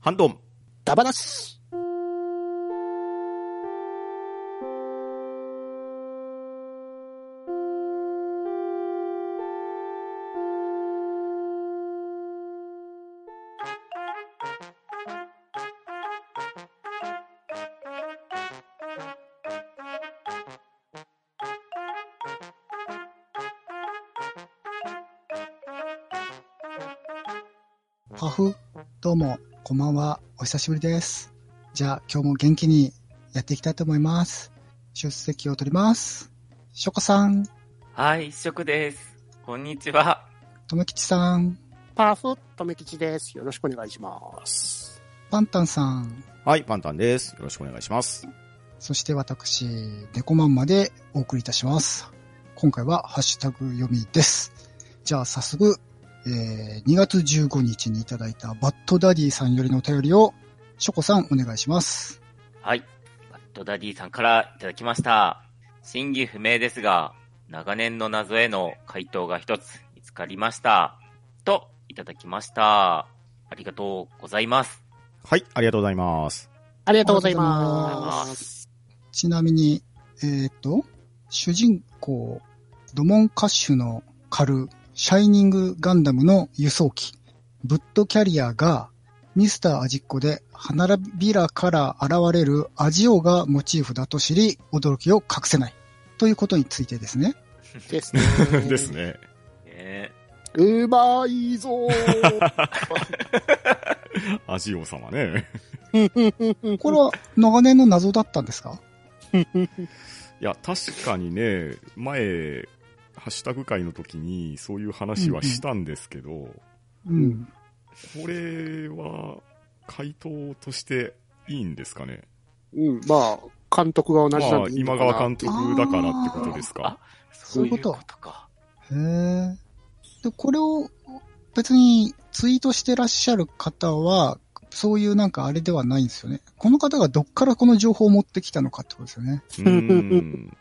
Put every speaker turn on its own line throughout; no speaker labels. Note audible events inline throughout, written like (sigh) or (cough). ハンドン。
ダバナシ
パフ、どうも、こんばんは、お久しぶりです。じゃあ、今日も元気にやっていきたいと思います。出席を取ります。ショコさん、
はい、一色です。こんにちは。
とめきちさん、
パフ、とめきちです。よろしくお願いします。
パンタンさん、
はい、パンタンです。よろしくお願いします。
そして私、デコマンまでお送りいたします。今回はハッシュタグ読みです。じゃあ、早速、えー2月15日にいただいたバッドダディさんよりのお便りを、ショコさんお願いします。
はい。バッドダディさんからいただきました。真偽不明ですが、長年の謎への回答が一つ見つかりました。と、いただきました。ありがとうございます。
はい、ありがとうございます。。
ありがとうござい
ありがとうござい
ま。
ますちなみに、えーっと、主人公、ドモンカッシュのカル、シャイニングガンダムの輸送機、ブッドキャリアが、ミスターアジッコで花びらから現れるアジオがモチーフだと知り、驚きを隠せない。ということについてですね。
ですね
です。ね。
ね
うまいぞー
アジオ様ね。
これは長年の謎だったんですか
いや、確かにね、前、ハッシュタグ会の時にそういう話はしたんですけど、
うん。
これは回答としていいんですかね
うん、まあ、監督が同じなん
まあ、
でいい
今
のかな。
川監督だからってことですか。
そういう
そういうこ
こととか。
へえ。で、これを別にツイートしてらっしゃる方は、そういうなんかあれではないんですよね。この方がどっからこの情報を持ってきたのかってことですよね。
うーん。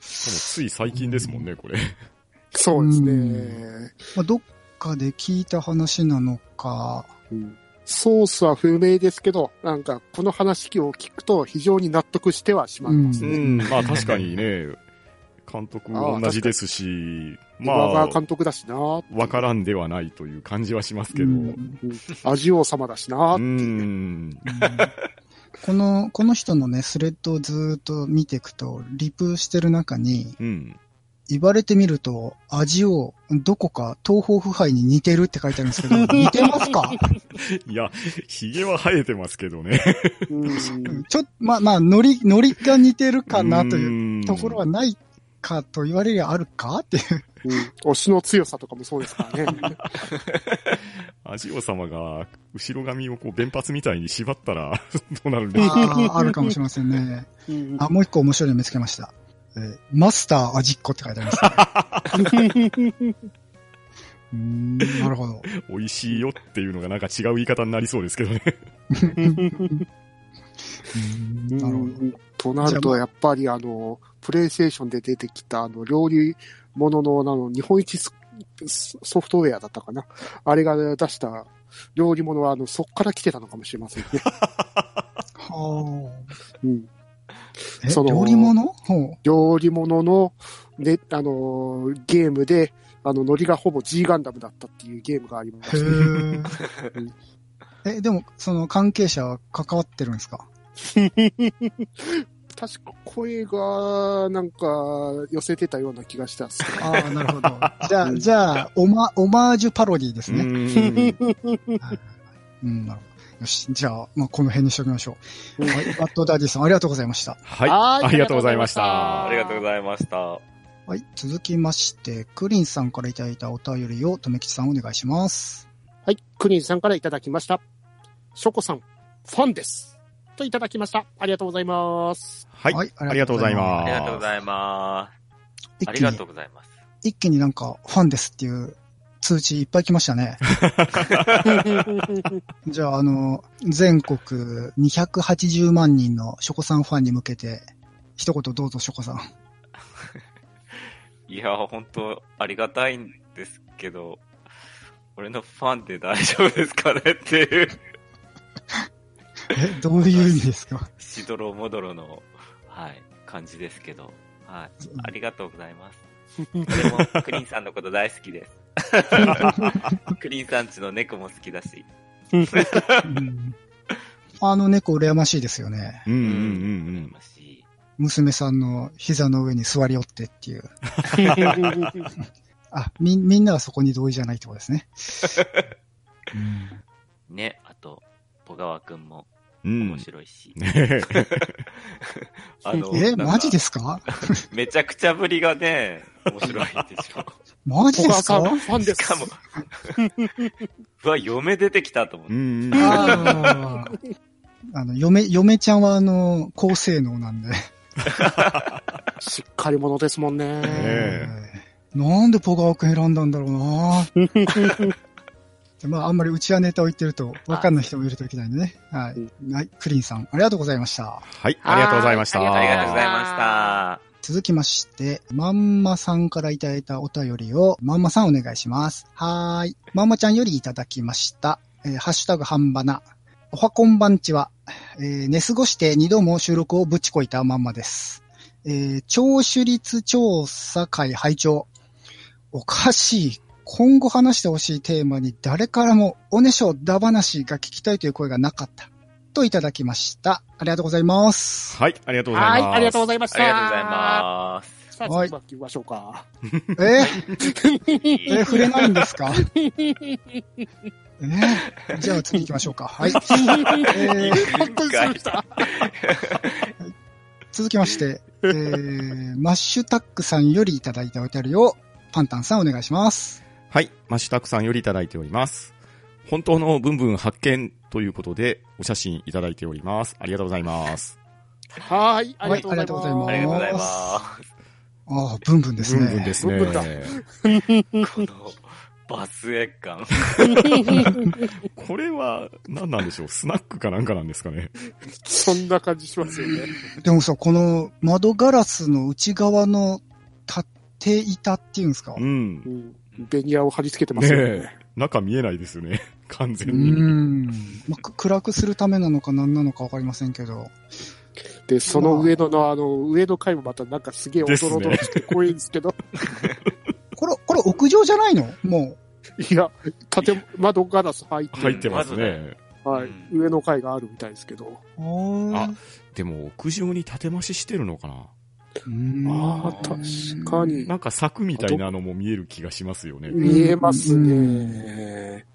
しかもつい最近ですもんね、これ。
そうですね。
まあ、どっかで聞いた話なのか、
うんソースは不明ですけど、なんか、この話を聞くと非常に納得してはしまいます
う
ね。
ん、まあ確かにね、監督同じですし、ま
今川
あ、
監督だしなー
わからんではないという感じはしますけど。
う
うん
アジオ様だしな
ーん。
(laughs) この、この人のね、スレッドをずーっと見ていくと、リプしてる中に、
うん。
言われてみると、味をどこか東方腐敗に似てるって書いてあるんですけど、似てますか
いや、髭は生えてますけどね。
うん
ちょっと、まあまあ、ノリ、ノリが似てるかなという
うーん
ところはないかと言われりゃあるかっていう。
うん推しの強さとかもそうですからね。
アジオ様が、後ろ髪をこう、弁髪みたいに縛ったら、 (laughs) どうなるんでしょう
ああ、あるかもしれませんね。
うん
あ、もう一個面白いの見つけました。えーマスター味っ子って書いてあります、ね。うーん、なるほど。
美味しいよっていうのがなんか違う言い方になりそうですけどね。
うーんなるほ
と
ど。
なると、やっぱりあの、プレイステーションで出てきた、あの、料理ものの、あの、日本一ソソフトウェアだったかな。あれが出した料理ものは、あの、そっから来てたのかもしれません
(laughs)
ね。
は
うん、
あ。え、
その
料理物 (laughs) ほ
料理ものの、ね、あの、ゲームで、あの、ノリがほぼ G ガンダムだったっていうゲームがありま
う。
し
へえ。え、でも、その関係者は関わってるんですか
た。確か声が、なんか、寄せてたような気がしたんですけど
ああ、なるほど。 (laughs) じゃあ、じゃあ、オマ、オマージュパロディですね。うん、なるほど。よし。じゃあ、まあ、この辺にしときましょう。はい。バッドダディさん、ありがとうございました。
はい。
はい
ありがとうございました。
ありがとうございました。
はい。続きまして、クリンさんからいただいたお便りを、とめきちさんお願いします。
はい、クニンさんからいただきました。ショコさん、ファンです。といただきました。ありがとうございます。
はい。ありがとうございます。
ありがとうございま
一
す。あ
気
り
に
がとうございます。
一気になんか、ファンですっていう通知いっぱい来ましたね。じゃあ、あの、全国280万人のショコさんファンに向けて、一言どうぞ、ショコさん。
いや、本当ありがたいんですけど、俺のファンで大丈夫ですかねっていう。
え、どういう意味ですか
しどろもどろの、はい、感じですけど。はい。ありがとうございます。でも、クリンさんのこと大好きです。クリンさんちの猫も好きだし。
うんあの猫羨ましいですよね。
うんうん
う
うん
羨ましい。
娘さんの膝の上に座り寄ってっていう。あ、み、みんなはそこに同意じゃないってことですね。うん
ね、あと、小川くんも
うん。うん
面。白いし。
ねえ
あの
え、
なんか
マジですか
めちゃくちゃぶりがね、面白いでしょ。
マジ
小
で
川
す
さ
か
ん、ファンで
し
す。
かも、うわ、嫁出てきたと
(laughs)
思っ
う
て。
んうん。
あーあの、嫁、嫁ちゃんはあの、高性能なんで。
しっかり者ですもんね。
え
なんでポガワ君選んだんだろうな (laughs) でまあ、あんまりうちはネタを言ってると、わかんない人もいるといけないんでね。は
うん
い。はい。クリンさん、ありがとうございました。
はい、ありがとうございました。
はい
ありがとうご
ま
ざいました。
続きまして、まんまさんからいただいたお便りを、まんまさんお願いします。はーい。まんまちゃんよりいただきました。えーハッシュタグ半ばな。おはこんばんちは。えー寝過ごして二度も収録をぶちこいたまんまです。えー聴取率調査会拝聴。おかしい。今後話してほしいテーマに誰からもおねしょだ話が聞きたいという声がなかった。といただきました。ありがとうございます。
はい、ありがとうございま
は
す。
い、ありがとうござ
い
いまし
あ
た。
りがとうございます。
さあ、次は行きましょうか。
えーえー触れないんで
(laughs)
すかえーじゃあ次行きましょうか。
(laughs)
はい。えー
本当にそうでした。
続きまして、えーマッシュタックさんよりいただいたお便りを、パンタンさんお願いします。
はい、マシュタクさんよりいただいております。本当のブンブン発見ということで、お写真いただいております。ありがとうございます。
はい、ありがとうござい
は
あ
ま
りがとうござい
ま
ます
ああ、ブンブンです
ブ
ね。
ンブンですね。
ブンブンだ
す。この、バスエ感。
(laughs)
これは、何なんでしょうスナックかなんかなんですかね。
す。そんな感じしますよね。
でもさ、この窓ガラスの内側の縦板っていうんですか。
う
うん
う。ん。ベニヤを貼り付けてま
ね
すよ
え
ね。、
中見えないですよね。 (laughs) 完全
ー
に。
ん、まあく暗くするためなのか何なのかわかりませんけど。
で、その上のの、あの、上の階もまたなんかすげえおどろおどろして怖いんですけど、
これ、これ屋上じゃないのも
いや、建窓ガラス入って、
入ってます
まず
ね。
はい、上の階があるみたいですけど、
う。あー
でも、屋上に建て増ししてるのかな
ああ、確かに
なんか柵みたいなのも見える気がしますよね。
見えますね。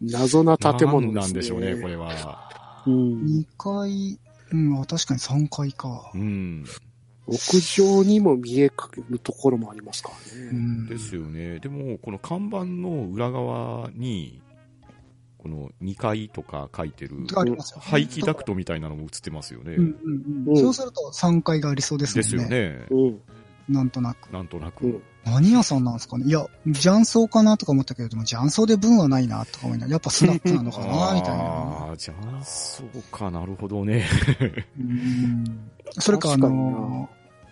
謎な建物ですね。
なんでしょうね、これは。
う
うん
ん、
2階、うん、あ確かに3階か
う。ん。
屋上にも見えかけるところもありますからね。
うん、
ですよね。でも、この看板の裏側に、この2階とか書いてる、
ありますよね
排気ダクトみたいなのも映ってますよね。
うんうん
う
う、
んん
そうすると3階がありそうですも
で
んね。
すよね。
うん。
なんとなく。
なんとなく。
うん。
何屋さんなんですかねいや、雀荘かなとか思ったけれども、雀荘で分はないなとか思いながら、やっぱスナックなのかなみたい
(laughs)
な。
ああ、じゃあ、そうか、なるほどね。 (laughs)
うんそれか、あ
確かにな
の、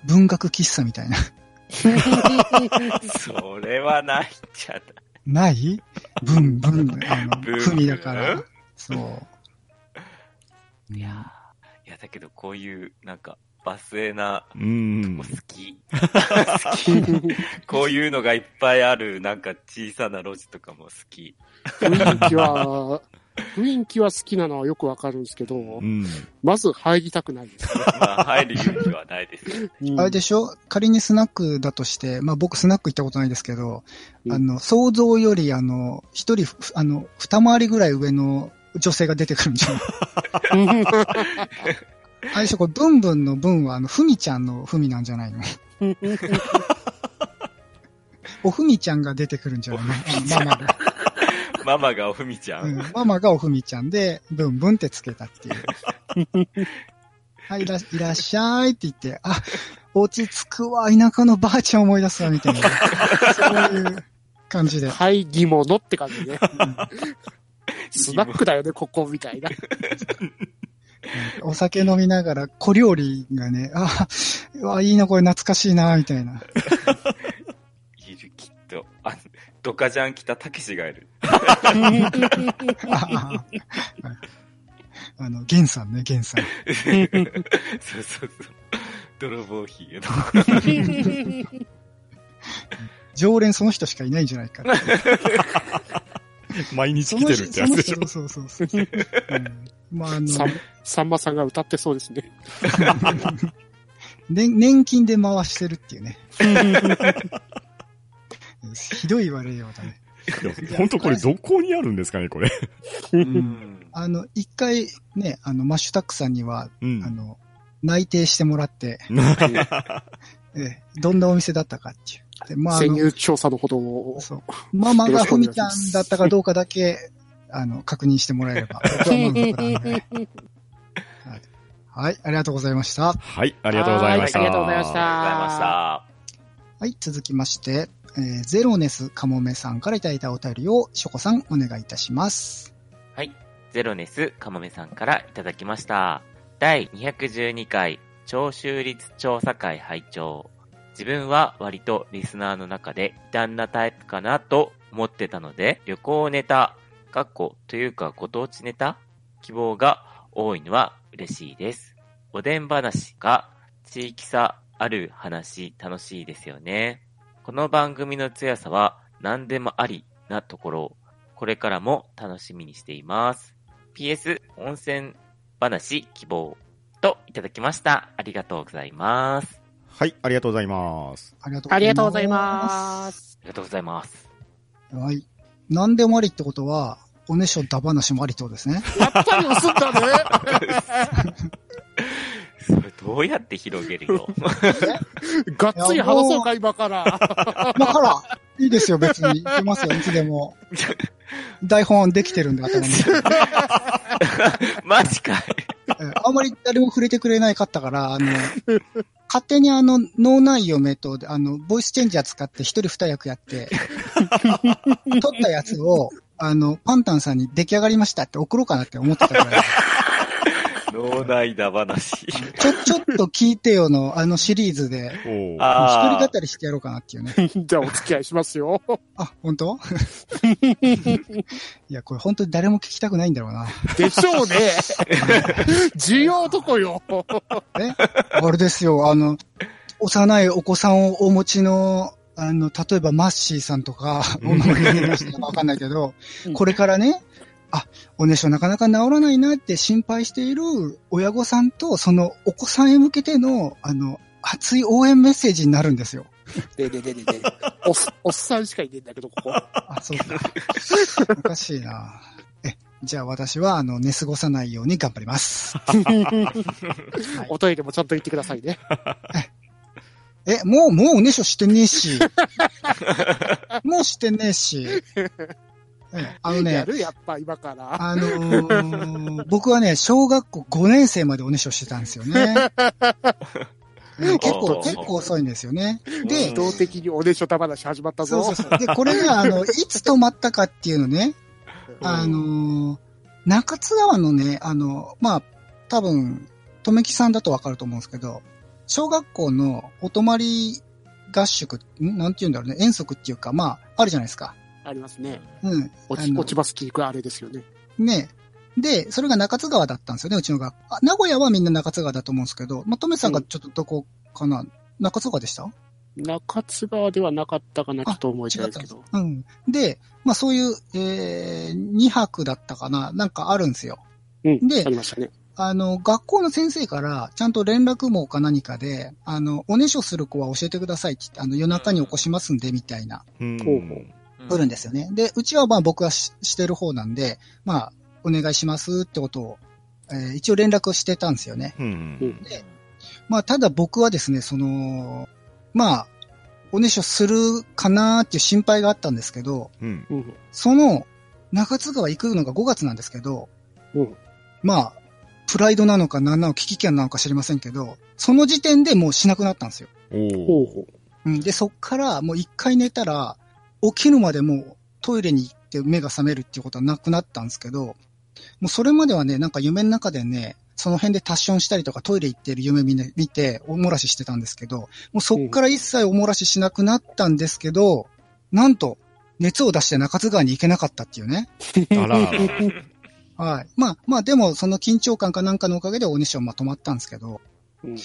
文学喫茶みたいな。 (laughs)
それはないんじゃな
な
い
い文、
(laughs)
文、あの、
文
文だから。そう。
いやーいやだけどこういう、なんか、バスエな、
うん
好。き。こういうのがいっぱいある、なんか小さな路地とかも好き。
雰囲気
(laughs)
は、雰囲気は好きなのはよくわかるんですけど
う、ん。
まず入りたくないです。
まあ、入る勇気はないですよ。
うん
あれでしょ仮にスナックだとして、まあ僕スナック行ったことないですけど、
うん
あの、想像よりあの、一人ふ、あの、二回りぐらい上の女性が出てくるんじゃ (laughs) ないあれでしょこれ、ブンブンのブンはあの、ふみちゃんのふみなんじゃ (laughs) ないのおふみちゃんが出てくるんじゃないのあのママが、
ママがおふみちゃ。
うん (laughs) ん。ママがおふみちゃんで、ブンブンってつけたっていう。 (laughs) はい、いらいらっしゃいって言って、あ、落ち着くわ、田舎のばあちゃん思い出すわ、みたいな。そう
(laughs)
いう感じで。
はい、疑問のって感じね。
うん
スナックだよね、ここみた
(laughs)
いな。
(laughs) お酒飲みながら小料理がね、あ、うわ、いいな、これ懐かしいな、みたいな。 (laughs)
いる、きっと。あ、ドカジャン来たたけしがいる。
ああの、ゲンさんね、ゲンさん。
そうそうそう。泥棒ひげの。
常連その人しかいないんじゃないか
(laughs)
って。
毎日
そ
来
の
て
人
るってやつでしょ。
その人そうそうそう。
(laughs)
うんまあ、あの、
さん、さんまさんが歌ってそうです
(laughs)
ね。
年年金で回してるっていうね。 (laughs) ひどい言われようだね。
いや本当これどこにあるんですかね、これ。
うん。
あの、一回ね、あの、マッシュタックさんには、
う
あ
ん。
の、内定してもらって、ええどんなお店だったかっていう。でまあ、あ
潜
の、
入調査のほどを。
そう。ママ
よろ
が
しくお
ふ
願い
み
し
ちゃ
ま
ん
す
だったかどうかだ (laughs) け、あの、確認してもらえれ (laughs) ば、僕は満足なんで。はい、ありがとうございまし
(laughs)
た。
はい、ありがとうございました。
はいありがとうございまし
ありがとうござ
た
いました。
はい、続きまして、えーゼロネスカモメさんからいただいたお便りを、ショコさんお願いいたします。
はい。ゼロネスかもめさんからいただきました。第212回聴収率調査会拝聴自分は割とリスナーの中で異端なタイプかなと思ってたので、旅行ネタ、かっこというかご当地ネタ希望が多いのは嬉しいです。おでん話が地域差ある話楽しいですよね。この番組の強さは何でもありなところこれからも楽しみにしています。PS 温泉話希望といただきました。ありがとうございます。
はい、ありがとうございます。
ありがとうござ
あ
います。
りがとうございます。
ありがとうございます。
す。はい。何でもありってことは、おねしょだ話もありってことで
(laughs)
すね。
やっぱり薄んだね。
(laughs)
それどうやって広げる (laughs) よ。
がっつり話そうか、今から。
まあ、ほら、いいですよ、別に。いけますよ、いつでも。台本できてるんで、頭の中で。
マジかい。
えあんまり誰も触れてくれないかったから、あの、勝手にあの、脳内嫁と、あの、ボイスチェンジャー使って一人二役やって、撮ったやつを、あの、パンタンさんに出来上がりましたって送ろうかなって思ってたからい。
脳内だ話。
ちょ、ちょっと聞いてよの、あのシリーズで、
おー
一人
あ
語りしてやろうかなっていうね。
じゃあお付き合いしますよ。
あ、本当 (laughs) いや、これ本当に誰も聞きたくないんだろうな。
でしょうね。需要とこよ。
(laughs) あれですよ、あの、幼いお子さんをお持ちの、あの、例えばマッシーさんとか、
うん
お名前出したかわかんないけど
う、ん
これからね、あ、おねしょなかなか治らないなって心配している親御さんと、そのお子さんへ向けての、あの、熱い応援メッセージになるんですよ。
ねえねえねえねえねえおっ、おっさんしかいねえんだけど、ここ。
あ、そうか。おかしいな。え、じゃあ私は、あの、寝過ごさないように頑張ります。
おトイレもちゃんと行ってくださいね。
え、もう、もうおねしょしてねえ (laughs) し。もうしてねえし。えあの
や
ね、
るやっぱ今から。
あのー僕はね、小学校5年生までおねしょしてたんですよね。 (laughs) うん結構、結構遅いんですよね。
ー。
で
自動的におねしょた話始まった
そう
ぞ。
そうそう。で、これが、あの、いつ止まったかっていうのね、
うん
あのー中津川のね、あの、まあ、多分、とめきさんだとわかると思うんですけど、小学校のお泊まり合宿、んなんて言うんだろうね、遠足っていうか、まあ、あるじゃないですか。
ありますね。
うん。
落
あ
ち、
の
落ちます聞くあれですよね。
ね。で、それが中津川だったんですよね、うちの学校。あ名古屋はみんな中津川だと思うんですけど、まあ、とめさんがちょっとどこかな、中津川でした
中津川ではなかったかな、ちょっと思い出
違
な
っ
いで
た
す
ん
け
です
ど。。
うん。で、まあそういう、えー、2泊だったかな、なんかあるんですよ。
うん
で、
ありましたね。
あの、学校の先生から、ちゃんと連絡網か何かで、あの、おねしょする子は教えてくださいって言って、あの、夜中に起こしますんで、みたいな、
うん
ほうほう
来るんですよね。で、うちはまあ僕はししてる方なんで、まあ、お願いしますってことを、えー一応連絡してたんですよね。
うん
まあ、ただ僕はですね、その、まあ、おねしょするかなーっていう心配があったんですけど、
うん。
うん。
その、中津川行くのが5月なんですけど、
うん。
まあ、プライドなのか何なのか危機感なのか知りませんけど、その時点でもうしなくなったんですよ。
おー
ほうほ
うん、で、そっからもう一回寝たら、起きるまでもうトイレに行って目が覚めるっていうことはなくなったんですけど、もうそれまではね、なんか夢の中でね、その辺でタッションしたりとかトイレ行ってる夢見,、ね、見て、おもらししてたんですけど、もうそっから一切おもらししなくなったんですけど、なんと、熱を出して中津川に行けなかったっていうね。
あららら。
はい。まあ、まあでも、その緊張感かなんかのおかげで大西はまとまったんですけど。
うん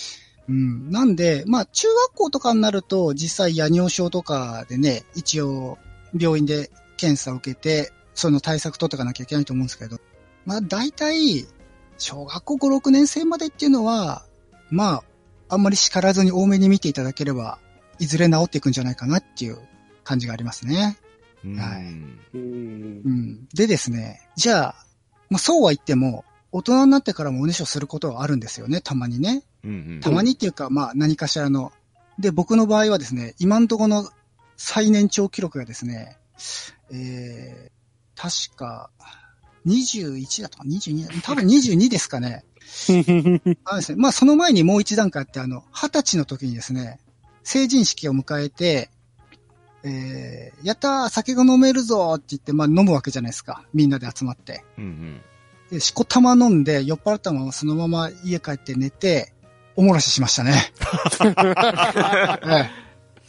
うん。なんで、まあ、中学校とかになると、実際、夜尿症とかでね、一応、病院で検査を受けて、その対策取っていかなきゃいけないと思うんですけど、まあ、大体、小学校5、6年生までっていうのは、まあ、あんまり叱らずに多めに見ていただければ、いずれ治っていくんじゃないかなっていう感じがありますね。
うん
はい
うん
う。ん。でですね、じゃあ、まあ、そうは言っても、大人になってからもおねしょすることはあるんですよね、たまにね。
うんうん
たまにっていうか、まあ、何かしらの。で、僕の場合はですね、今のところの最年長記録がですね、えー、確か、21だとか22だ多分22ですかね。あのですね。まあ、その前にもう一段階あって、あの、二十歳の時にですね、成人式を迎えて、えー、やったー酒が飲めるぞーって言って、まあ、飲むわけじゃないですか。みんなで集まって。
うんうん
で、しこたま飲んで、酔っ払ったままそのまま家帰って寝て、おもらししましたね。え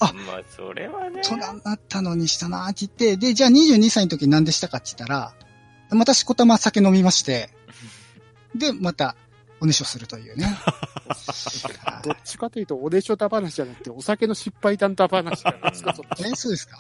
あ
まあ、それはね
え、。大人になったのにしたなーって言って、で、じゃあ22歳の時何でしたかって言ったら、またしこたま酒飲みまして、で、また、おねしょするというね。はい
どっちかというと、おでしょだ話じゃなくて、お酒の失敗談だ話じゃないですか、そっち
え、そうですか、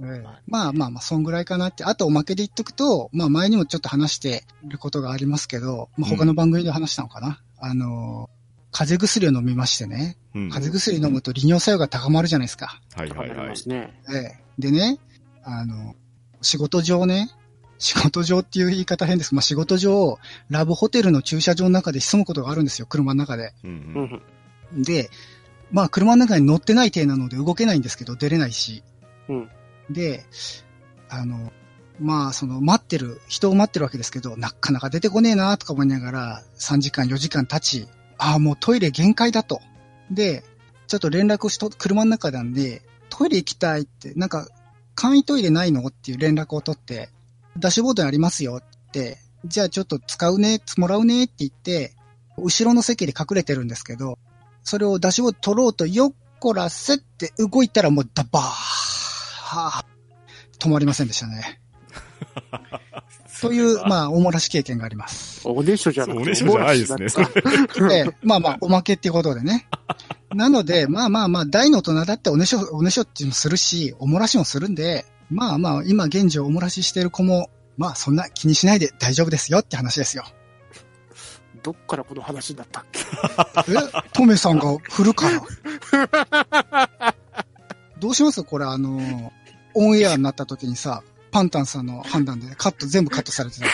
ええまあまあまあ、そんぐらいかなって。あとおまけで言っとくと、まあ前にもちょっと話してることがありますけど、まあ他の番組で話したのかな、あの、風邪薬を飲みましてね、
うん
風邪薬飲むと利尿作用が高まるじゃないですか。
はいはい
わかり
は
ま
い。
すね。
ええでね、あの、仕事上ね、仕事上っていう言い方変です。まあ仕事上、ラブホテルの駐車場の中で潜むことがあるんですよ、車の中で。
うん
う
うん
ん。
で、まあ、車の中に乗ってない体なので動けないんですけど、出れないし。
うん
で、あの、まあ、その、待ってる、人を待ってるわけですけど、なかなか出てこねえな、とか思いながら、3時間、4時間経ち、ああ、もうトイレ限界だと。で、ちょっと連絡をしと、車の中なんで、トイレ行きたいって、なんか、簡易トイレないのっていう連絡を取って、ダッシュボードにありますよって、じゃあちょっと使うね、もらうねって言って、後ろの席で隠れてるんですけど、それを出しを取ろうと、よっこらせって動いたらもうダバー、はぁ止まりませんでしたね。という、まあ、おもらし経験があります。
おでしょじゃなくて、
おねしょじゃないですね
おもらしだっ
で、まあまあ、おまけっていうことでね。なので、まあまあまあ、大の大人だっておねしょ、おねしょっていうのもするし、おもらしもするんで、まあまあ、今現状おもらししてる子も、まあそんな気にしないで大丈夫ですよって話ですよ。
たどっからこの話になったっけ
え、トメさんが振るから。どうしますこれあの、オンエアになった時にさ、パンタンさんの判断でカット、全部カットされてた。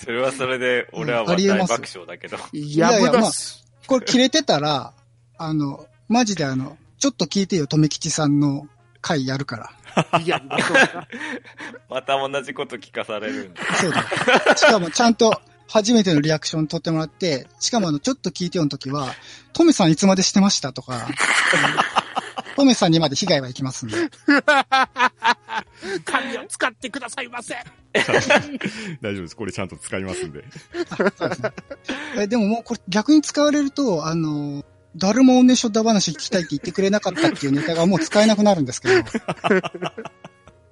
それはそれで、俺は
うんありえ
大
ます
爆笑だけど。
や
いやいや
ぶ
ま
な
あ
し。
これ切れてたら、あの、マジであの、ちょっと聞いてよ、とめきちさんの回やるから。
いや、まあそうだな
また同じこと聞かされるんだ。
そうだよ。しかもちゃんと初めてのリアクション取ってもらって、しかもあの、ちょっと聞いてよの時は、トメさんいつまでしてましたとか、トメさんにまで被害はいきますんで。
神を使ってくださいませ。
大丈夫です。これちゃんと使いますんで。
そうですね。 (laughs) えでももうこれ逆に使われると、あの、誰もおねしょだ話聞きたいって言ってくれなかったっていうネタがもう使えなくなるんですけ
(laughs)
ど。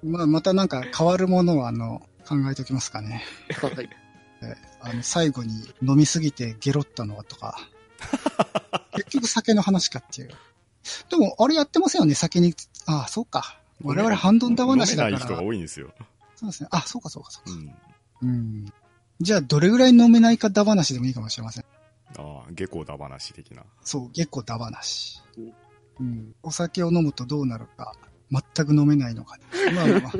まあ、またなんか変わるものをあの、考えておきますかね。
はい
あの、最後に飲みすぎてゲロったのは
(laughs)
とか。結局酒の話かっていう。でも、あれやってませんよね、酒に。ああ、そうか。我々ハンドンダ
飲め
話
な
だか
い
ら。
人が
そう
多いんですよ。
ですね。あ、そうかそうかそう
う
か。
ん。
うん。じゃあ、どれぐらい飲めないかだ話でもいいかもしれません。
ああ、下校だ話的な。
そう、結構ダバなし
うん。
うん。お酒を飲むとどうなるか、全く飲めないのか、まあまあ (laughs) まあ、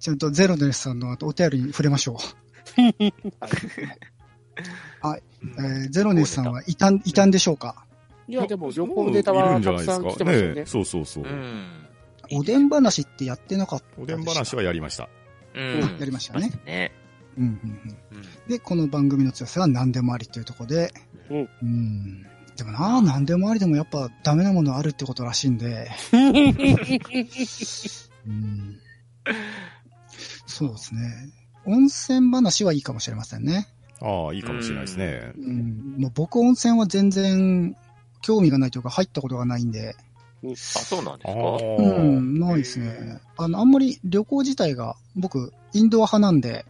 ちゃんとゼロネスさんの後お便りに触れましょう。はい。えーゼロネスさんは異端、異端でしょうか
いや、でも旅行ネタはたくさん来てますよね。
そうそうそう
う。ん。
おでん話ってやってなかった
おでん話はやりました。
うん。
やりましたね。
ね。
うんうんうん。
うん。
で、この番組の強さは何でもありというところで、
うん
うん。でもな、何でもありでもやっぱダメなものあるってことらしいんで、うん。そうですね。温泉話はいいかもしれませんね。
ああ、いいかもしれないですね。
うん。もう僕温泉は全然興味がないというか入ったことがないんで、
あ、そうなんです
あ
う
か
あ。
ん、ないですね。あの、あんまり旅行自体が、僕、インドア派なんで、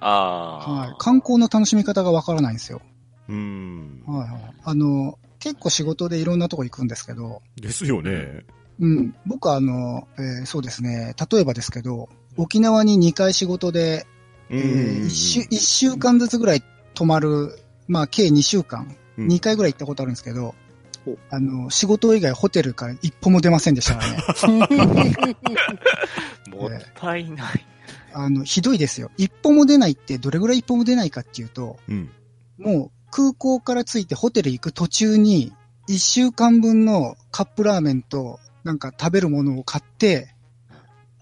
ああ。
はい。観光の楽しみ方がわからないんですよ。
うーん。
はいはい。あの、結構仕事でいろんなとこ行くんですけど、
ですよね。
うん。僕はあの、えーそうですね。例えばですけど、沖縄に2回仕事で、
う
え
ん。
1, 週一週間ずつぐらい泊まる、まあ、計2週間、
うん
2回ぐらい行ったことあるんですけど
お、
あの、仕事以外ホテルから一歩も出ませんでしたから
(laughs)
ね。
もったいない。
あの、ひどいですよ。一歩も出ないって、どれぐらい一歩も出ないかっていうと、
うん。
もう空港から着いてホテル行く途中に、一週間分のカップラーメンと、なんか食べるものを買って、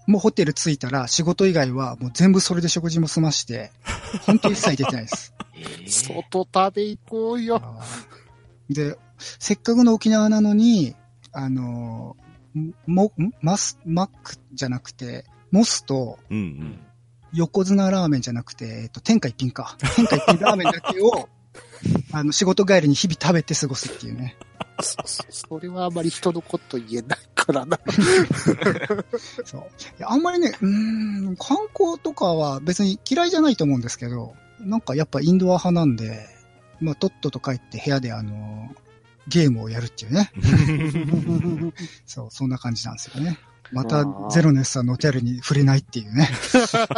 もうホテル着いたら仕事以外はもう全部それで食事も済まして、本当一切出てないです。
えー
外食べ行こうよ。
で、せっかくの沖縄なのに、あの、も、んマス、マックじゃなくて、モスと
うん。う
うんん。
横綱ラーメンじゃなくて、えっと、天下一品か。天下一品ラーメンだけを、あの、仕事帰りに日々食べて過ごすっていうね。
そそれはあまり人のこと言えないからな。
そう。いやあんまりね、うーん、観光とかは別に嫌いじゃないと思うんですけど、なんかやっぱインドア派なんで、まあ、とっとと帰って部屋であの、ゲームをやるっていうね。そう、そんな感じなんですよね。また
あー、
ゼロネスさんのホテルに触れないっていうね。
(laughs)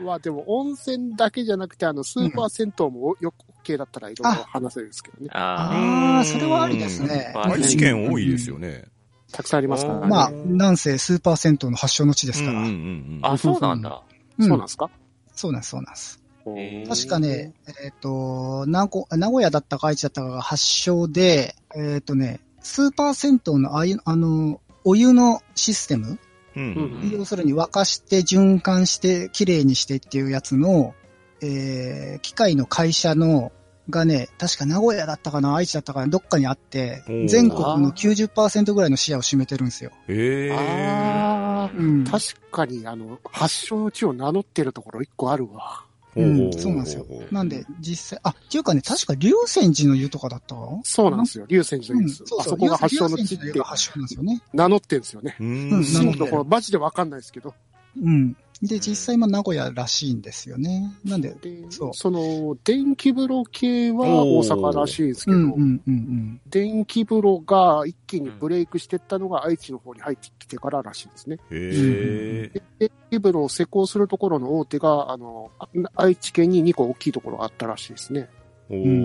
まあでも温泉だけじゃなくて、あの、スーパー銭湯もよく OK だったらいろいろ話せるんですけどね。
あ
ああ、それはありですね。
うん
愛知県多いですよね。
たくさんありますからね。
まあ、なんせスーパー銭湯の発祥の地です
うん
か
うんう
ら。う
ん。
ん
あ。あ、そうなんだ。
そうなんですか、
そうなんです、そうなんです。
へー
確かね、えっ、と、名古名古屋だったか愛知だったかが発祥で、えっ、とね、スーパー銭湯のああいう、あの、お湯のシステム、
うんうん
うん
要するに沸かして、循環して、きれいにしてっていうやつの、えー、機械の会社の、がね、確か名古屋だったかな、愛知だったかな、どっかにあって
おー、
全国の90%ぐらいのシェアを占めてるんですよ。
へえ。
あ
う
うんん
あ、。確かに、あの、発祥の地を名乗ってるところ一個あるわ。
ほほほほ
うんそうなんです
ほ
よ
うほうほう
なんで、実際、あ、っていうかね、確か龍泉寺の湯とかだったか
そうなんですよ。龍泉寺の
う
や
ん
つ、あそこが発祥の地っ
龍泉寺の湯
て
が発祥なんですよね。
名乗ってんですよね。
うー
うんん
そ
な
の
るほ
と
ど
ころ、マジでわかんないですけど。
うん。で、実際、まあ、名古屋らしいんですよね。なんで、
で、
そう
その、電気風呂系は大阪らしいんですけ
う
ど、
んうんうんうん。
電気風呂が一気にブレイクしてったのが愛知の方に入ってきてかららしいですね。
へえ。
で電気風呂を施工するところの大手が、あの、あ愛知県に2個大きいところがあったらしいですね。
お
うんうん
ー
うん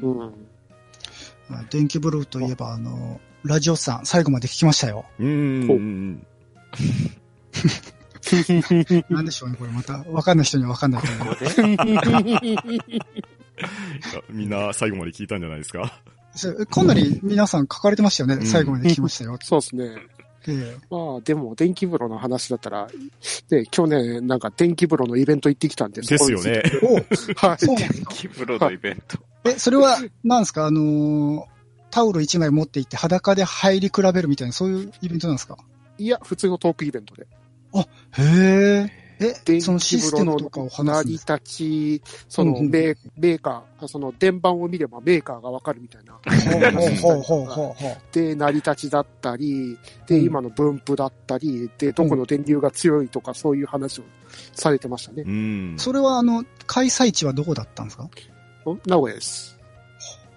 う
うん
ん。
(laughs)
まあ電気ブルーといえば、あの、ラジオさん、最後まで聞きましたよ。
うんうん。
なんでしょうね、これまた。わかんない人にはわかんないと思う。
いやみんな最後まで聞いたんじゃないですか。
そうかなり皆さん書かれてましたよ
う
ね。
ん
最後まで聞きましたよって。
そうですね。
ええ
まあ、でも、電気風呂の話だったら、ね、去年、なんか電気風呂のイベント行ってきたんで
ですよ。ね。
(laughs) お
そこについて
そう
はい。
なんですか。
キプロのイベント。
え、それは、なんですかあのータオル1枚持って行って裸で入り比べるみたいな、そういうイベントなんですか
いや、普通のトークイベントで。
へえ。え、
電
その
気
システ
風呂
ム
の
とかを
成
話
り
すんですか
立ち、その
うんうん
メーメーカー、その電板を見ればメーカーがわかるみたいな。
ほうほうほうほうほう。
で、成り立ちだったり、で、
うん
今の分布だったり、で、どこの電流が強いとか、そういう話をされてましたね。
うん。
それはあの、開催地はどこだったんですか
ん名古屋です。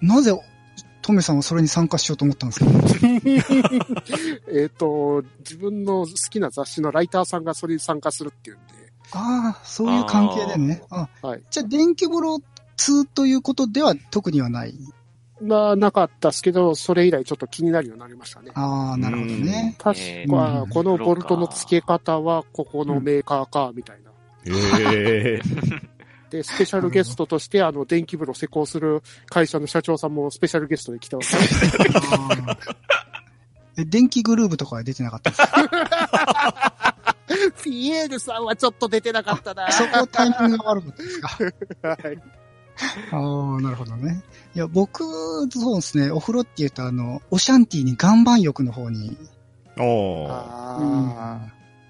なぜ、トメさんはそれに参加しようと思ったんですか
えっと、自分の好きな雑誌のライターさんがそれに参加するっていうんで、
ああ、そういう関係でね。あ
はい
じゃあ、電気風呂通ということでは特にはない。
まあ、なかったですけど、それ以来ちょっと気になるようになりましたね。
ああ、なるほどね。
確
え
か
ー、
このボルトの付け方は、ここのメーカーか、みたいな。
へえ。
で、スペシャルゲストとして、あの、電気風呂施工する会社の社長さんもスペシャルゲストで来てます。 (laughs)
あーえ電気グルーブとかは出てなかったんですか
ピエールさんはちょっと出てなかったな。
そこタイミングが悪かったです
(laughs)
か
はい
ああ、なるほどね。いや、僕、そうですね、お風呂って言うと、あの、オシャンティーに岩盤浴の方に、
ああ。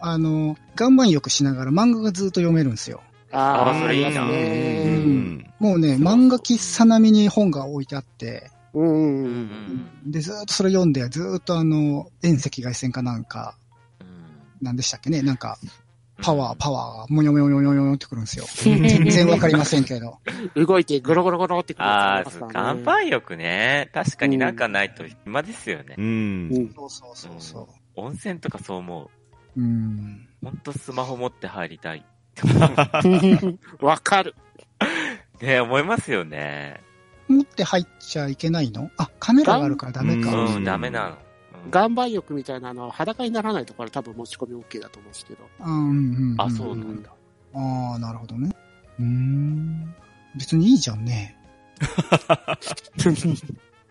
あ
あの、岩盤浴しながら漫画がずっと読めるんですよ。
ーあ
あそれいいな
あります
う
ね
ん。
もうね、漫画喫茶並みに本が置いてあって、
うん
う
うん
ん
で、ずーっとそれ読んで、ずーっとあの、遠赤外線かなんか、
うん
なんでしたっけね、なんか、パワー、パワー、もよもよもよもよもよってくるんですよ。全然わかりませんけど。
動いてゴロゴロゴロってくる
あ
や
あ、
つ
そう、
あり
岩
ますからね
盤浴ね。確かになんかないと暇ですよね
う。ん。
うん。
そうそうそうそ
温泉とかそう思う。
う。うん。
ほんとスマホ持って入りたい。
わかる。
ね思いますよね。
持って入っちゃいけないのあ、カメラがあるからダメ
う、
か。
うんん
ダメなの。うん
岩盤浴みたいなのは裸にならないところ多分持ち込み OK だと思うんですけど。
うんうんうん、
あ、そうなんだ。
ああ、なるほどね。うーん。別にいいじゃ
(laughs)
んね。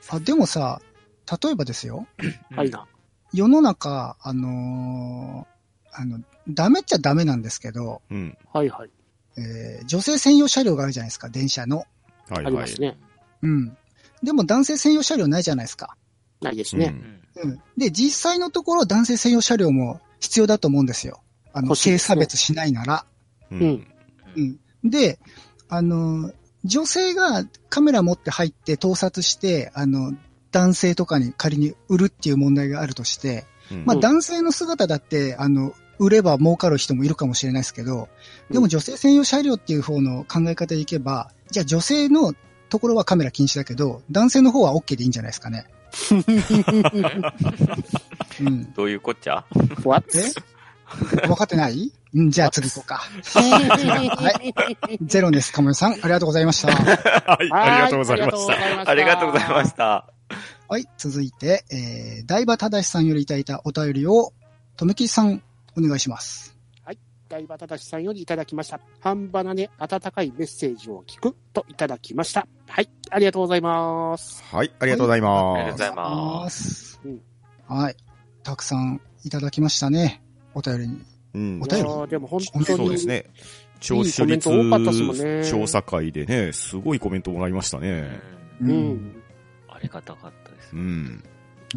あ、でもさ、例えばですよ。
はいな。
世の中、あのーあの、ダメっちゃダメなんですけど、
うん。
はいはい。
えー女性専用車両があるじゃないですか、電車の。
はい
あり
は
ま
い
す。ね。
うん。でも男性専用車両ないじゃないですか。
ないです
う
ね。
うんん
うん。で、実際のところ男性専用車両も必要だと思うんですよ。あの、
欲しい
性
ですね
差別しないなら。
うん
うん
うん。で、あの、女性がカメラ持って入って盗撮して、あの、男性とかに仮に売るっていう問題があるとして、
うん
まあ
うん
男性の姿だって、あの、売れば儲かる人もいるかもしれないですけど、でも女性専用車両っていう方の考え方でいけば、じゃあ女性のところはカメラ禁止だけど、男性の方は OK でいいんじゃないです
(laughs)
かね。うん。
どういうこっちゃ
What?
え分かってないうん、じゃあ次行こう
(laughs)
か。 (laughs) ゼロです、かもさん。ありがとうございました。
はい、ありがとうございました。
た
(laughs) ありがとうございまし。た。
はい、続いて、えー、大場正さんよりいただいたお便りを、とめきさん、お願いします。
大場正さんよりいただきました。半ばなで温かいメッセージを聞くといただきました。はい、ありがとうございます。
はい、ありがとうござい
ありがと
ま
う
す
ござ。います。
す
うん
はい、たくさんいただきましたね。お便りに。
うん
お。便り
いやーでも本当に。
そうですね。聴取
いい
率
コメント多かったっすもんね
調査会でね、すごいコメントもらいました
う
ね。
ん
う
うん
ん。
ありがたかったです
う。ん。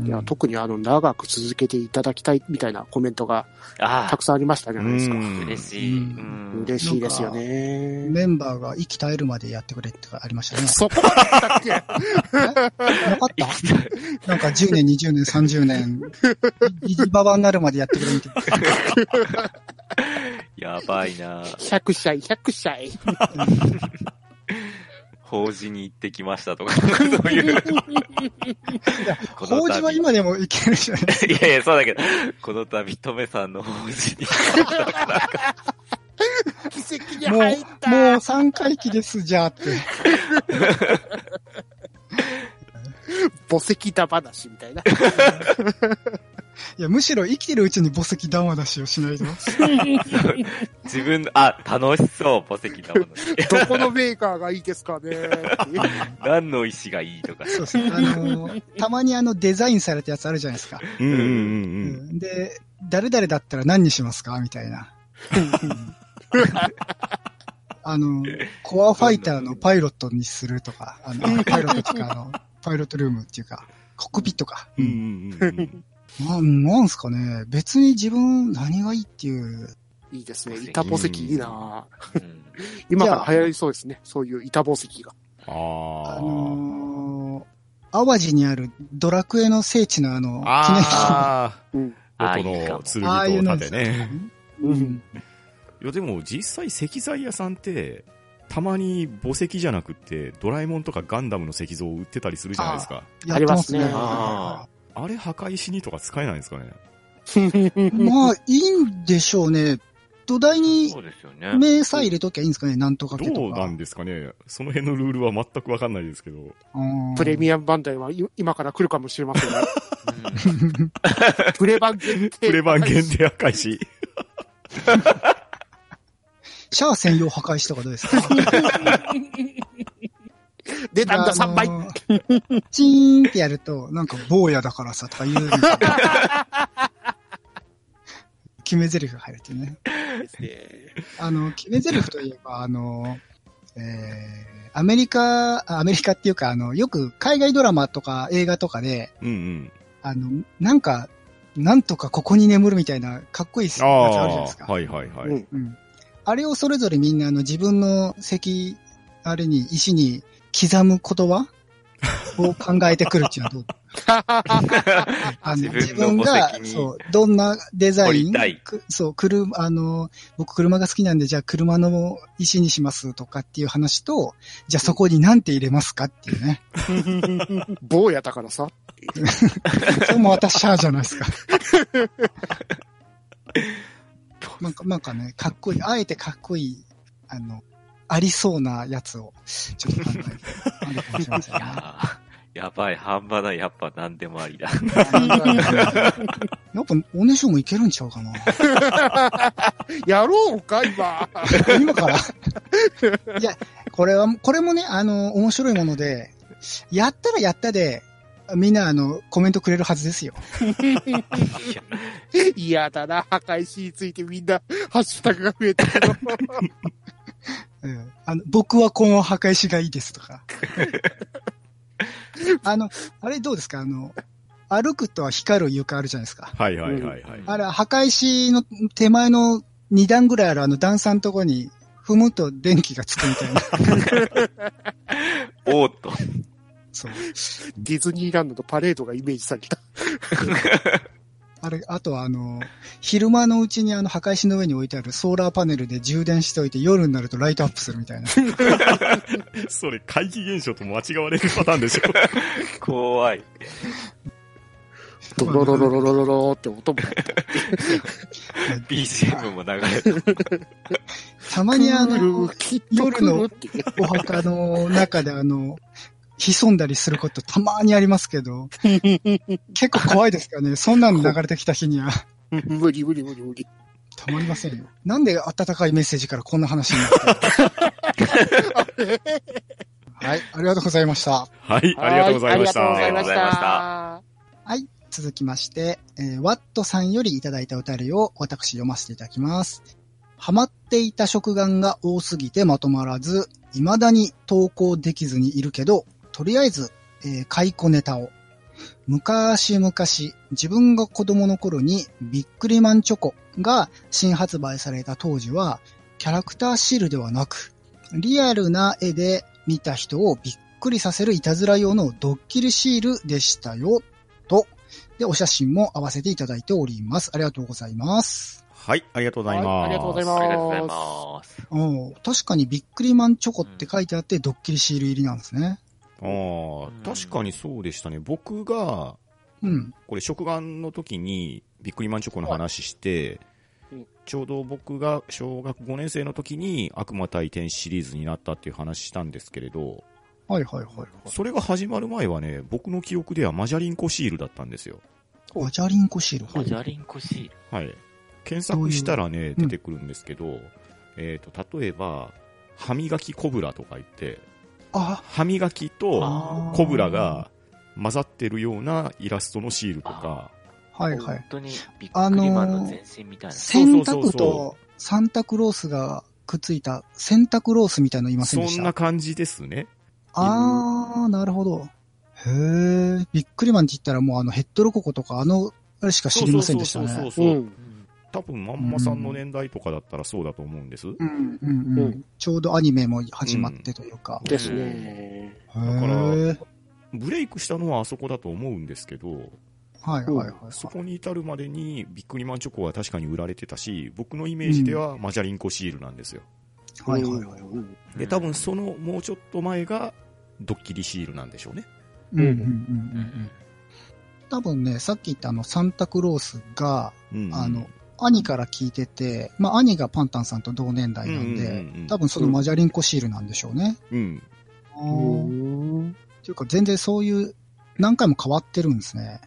いや、特にあの、長く続けていただきたいみたいなコメントが
あ
たくさんありましたじゃないですか。
うん
嬉し
う
い。うん
嬉しいですよね。
メンバーが息絶えるまでやってくれってありまし
(laughs)
たね。
そこまで来たっけ
なかったなんか10年、20年、30年、
(laughs)
ギリババになるまでやってくれみたい
やばい
(laughs)
な
100歳、100歳。
法事に行ってきましたとか、そういう。
や
この
法事は今でもいけるじゃないですか。
度 (laughs) いやいや、そうだけど、この度、とめさんの法事に行ったとか、
奇跡に
もう、もう
入った。
3回忌です、じゃあって。
墓石だ話みたいな。
いや、むしろ生きてるうちに墓石談話出しをしないと。
自分の、あ、楽しそう、墓石だもの。
(laughs) どこのメーカーがいいですか (laughs) ね。
何の石がいいとか。
そうですね。あの (laughs) ー、たまにあのデザインされたやつあるじゃないですか。
うんうん
う
うんうん。
ん、で、誰々だったら何にしますかみたい (laughs) な。あの、コアファイターのパイロットにするとか、あの、パイロットっていうか、あの、パイロットルームっていうか、コックピットか。
うんうんうんうん。
まあ、なんすかね。別に自分何がいいっていう。
いいですね。板墓石いいな
うん
今から流行りそうですね。そういう板墓石が。
あ
あー。
のー、淡路にあるドラクエの聖地のあの、記念碑
あ
記念
あ。
あ
ロ
いい
ト
かも
の剣
ああいう
と
の
立てね。。
うん。
いやでも実際石材屋さんって、たまに墓石じゃなくって、ドラえもんとかガンダムの石像を売ってたりするじゃないですか。
やってますね。
あり
ますね
あれ破壊しにとか使えないんですかね。
まあ、いいんでしょうね。土台に
そうですよね。
名さえ入れときゃいいんですかね、なんとかけ
ど
と
うな
か
ん。ですかね。その辺のルールは全くわかんないですけど。
うん
プレミアムバンダイは今から来るかもしれませんが、プレ版限定。
プレ版限。定破壊し。
シャア専用破壊しとかどうですか
出たんだ、
あ
3倍。
のー (laughs) チーンってやると、なんか坊やだからさ、とか言う。決め台詞が入るっていうね。あの、決め台詞といえば、あの、えー、アメリカ、あアメリカっていうか、あの、よく海外ドラマとか映画とかで、
うんうん。
あの、なんか、なんとかここに眠るみたいな、かっこいいやつ
あ
あるじゃないですか。
あ、はいはいはい。
うん
うん。あれをそれぞれみんな、あの、自分の石、あれに、石に刻む言葉を考えてくるっていうのはどうあの、自
自
分
分の
が
墓石、に
そう、どんなデザイ
掘り
ン
たい
くそう、車、あの、僕車が好きなんで、じゃあ車の石にしますとかっていう話と、じゃあそこに何て入れますかっていうね。
坊やだからさ。
それも私シャアじゃないですか。なんか、なんかね、かっこいい、あえてかっこいい、あの、ありそうなやつを、ちょっと考えて、あるかもしれませんね。
(laughs) やーやばい、半端ない、やっぱ何でもありだ。
やっぱ、おねしょもいけるんちゃうかな。 (laughs)
やろうか、今。
今からいや、これは、これもね、あの、面白いもので、やったらやったで、みんな、あの、コメントくれるはずですよ。
嫌だな、破壊しについてみんな、ハッシュタグが増えてるけど。
うん。あの、僕はこの墓石がいいですとか。あの、あれどうですかあの、歩くと光る床あるじゃないですか。
はいはいはいはい。
あれ、墓石の手前の2段ぐらいあるあの段差のとこに、踏むと電気がつくみたいな。
おーっと。
そう。
ディズニーランドのパレードがイメージされた。
あれ、あとはあの、昼間のうちにあの、墓石の上に置いてあるソーラーパネルで充電しておいて、夜になるとライトアップするみたいな。
それ、怪奇現象と間違われるパターンでしょ。
怖い。
ドロロロロロロロって音も鳴った。
BGM も流れる。
たまにあの、
きっと
夜
来
の
るっていう。
お墓の中であの、潜んだりすることたまにありますけど、結構怖いですからね。そんなの流れてきた日には、
無理無理無理無理。
たまりませんよ。なんで温かいメッセージからこんな話になったのはい、ありがとうございました。
はい、ありがとうございまし
はありがとうございま
た
し。
た。
続きまして、えーワットさんよりいただいたお便りを私読ませていただきます。ハマっていた食玩が多すぎてまとまらず、未だに投稿できずにいるけど、とりあえず、えー解雇ネタを。昔々、自分が子供の頃にビックリマンチョコが新発売された当時は、キャラクターシールではなく、リアルな絵で見た人をびっくりさせるいたずら用のドッキリシールでしたよ、とで、お写真も合わせていただいております。ありがとうございます。
はい、ありがとうござい
はい
ます。
ありがとうござい
ありがとうござい
ま
ます。
おー確かにビックリマンチョコって書いてあって、ドッキリシール入りなんですね。
ああ、確かにそうでしたね。僕が、
うん。
これ、食玩の時に、ビックリマンチョコの話して
うん、
ちょうど僕が小学5年生の時に悪魔対天シリーズになったっていう話したんですけれど、
はいはいはい、はい。
それが始まる前はね、僕の記憶ではマジャリンコシールだったんですよ。
おジャリンコシール。
マジャリンコシール。
はい。検索したらね、
どうい
出
う
てくるんですけど、えっ、と、例えば、歯磨きコブラとか言って、
あ、
歯磨きと
あー
コブラ。が混ざってるようなイラストのシールとか、
はいはい
本。当に、ビッ
あ
ク
の
リ
ー
マンの前身みたいな。
洗
そうそうそう
濯
そ
とサンタクロースがくっついたセンタクロースみたいのいません
そ
でし
ん
た。
な感じですね。
あー、なるほど。へー。ビックリマンって言ったらもうあのヘッドロココとかあの、あれしか知りませんでした
そうそう
ね。
そううそう、
ん。
多分まんまさんの年代とかだったらそうだと思うんです。
うんうんう。
うん
ちょうどアニメも始まってというか。
ですね。
へ
だ
ー。
ブレイクしたのはあそこだと思うんですけど、
はいはいはい、はい
そこに至るまでにビックリマンチョコは確かに売られてたし、僕のイメージではマジャリンコシールなんですよ。
はいはいはい。
うん
で、多分そのもうちょっと前がドッキリシールなんでしょうね。
うんうんうんう
うん
ん。多分ね、さっき言ったあの、サンタクロースが、
うんうん
あの、兄から聞いてて、まあ兄がパンタンさんと同年代なんで、
うんうんうんうん
多分そのマジャリンコシールなんでしょうね。
うん。
っ
うん。
ていうか全然そういう、何回も変わってるんですね。